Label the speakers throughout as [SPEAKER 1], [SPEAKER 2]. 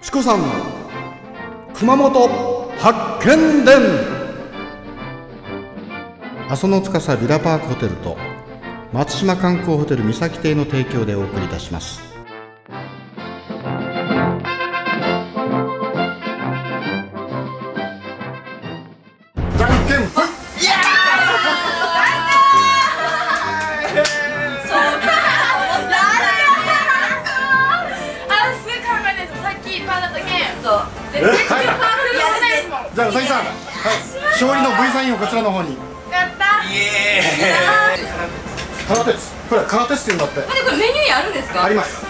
[SPEAKER 1] チコさん熊本発見伝阿蘇の司ビラパークホテルと松島観光ホテル三崎邸の提供でお送りいたします
[SPEAKER 2] じゃんけんぽい
[SPEAKER 3] あすごい考えたやつさっきパーだったけんそう絶対パーフルーないですもん
[SPEAKER 2] じゃあうさぎさん、はい、勝利の V サインをこちらの方に
[SPEAKER 3] やった
[SPEAKER 2] 空手ですこれ空手って言うんだって
[SPEAKER 3] でこれメニューにあるんですか
[SPEAKER 2] あります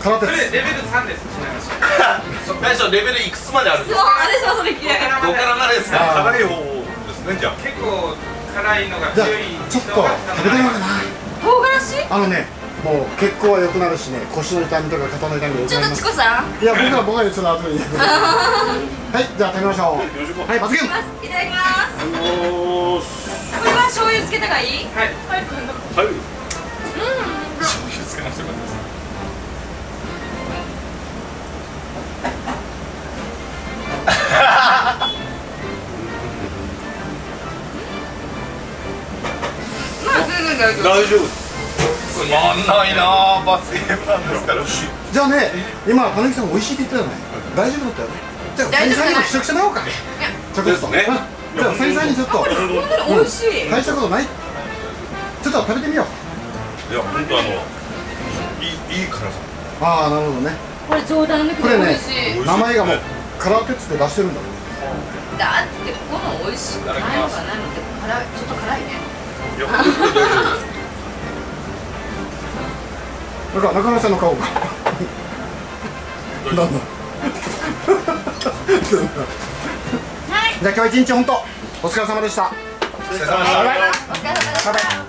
[SPEAKER 2] 空手
[SPEAKER 4] それ
[SPEAKER 2] です
[SPEAKER 4] レベル3ですちなみに大将レベルいくつまであるんです
[SPEAKER 3] そうあれしますそれ聞きながら
[SPEAKER 4] 5からまでです
[SPEAKER 2] あ
[SPEAKER 4] か
[SPEAKER 2] ー
[SPEAKER 5] 辛い方ですねじゃあ
[SPEAKER 4] 結構辛いのが
[SPEAKER 2] じゃあ
[SPEAKER 4] 強い
[SPEAKER 2] ちょっと食べてみようかな
[SPEAKER 3] 唐辛子
[SPEAKER 2] あのねもう血行は良くなるしね腰の痛みとか肩の痛みが良く
[SPEAKER 3] ちょ
[SPEAKER 2] な
[SPEAKER 3] っ
[SPEAKER 2] ります
[SPEAKER 3] とチコさん
[SPEAKER 2] い
[SPEAKER 3] い
[SPEAKER 2] や僕は僕はちょっと 後にはいじゃあ食べましょうはい罰ゲーム
[SPEAKER 3] ただきますこれは醤油つけたがいい
[SPEAKER 4] はい
[SPEAKER 5] はい大丈夫です
[SPEAKER 4] つまんないな罰ゲームなんです
[SPEAKER 5] から美味しい
[SPEAKER 2] じゃあね今パネキさん美味しいって言ってたよね大丈夫だったよねじゃあうさぎさんにも試食してもらおうかちょっと
[SPEAKER 5] ですね
[SPEAKER 2] じゃあうさぎさんにちょっと
[SPEAKER 3] 本当に美味しい
[SPEAKER 2] 大したことないちょっと食べてみよう
[SPEAKER 5] いや本当あのいいいい辛さ
[SPEAKER 2] ああなるほどね
[SPEAKER 3] これ冗談抜き
[SPEAKER 2] これ
[SPEAKER 3] で美
[SPEAKER 2] ね
[SPEAKER 3] 味しい
[SPEAKER 5] 美味しい
[SPEAKER 2] 名前がもうカラーテツって出してるんだもんね
[SPEAKER 3] だってここの美味しくないのがないのって辛いちょっと辛いね
[SPEAKER 5] いや本当に大丈夫
[SPEAKER 2] だから中村さんの顔がなんだなんだじゃあ今日一日本当お疲れ様でした
[SPEAKER 3] お疲れ様でした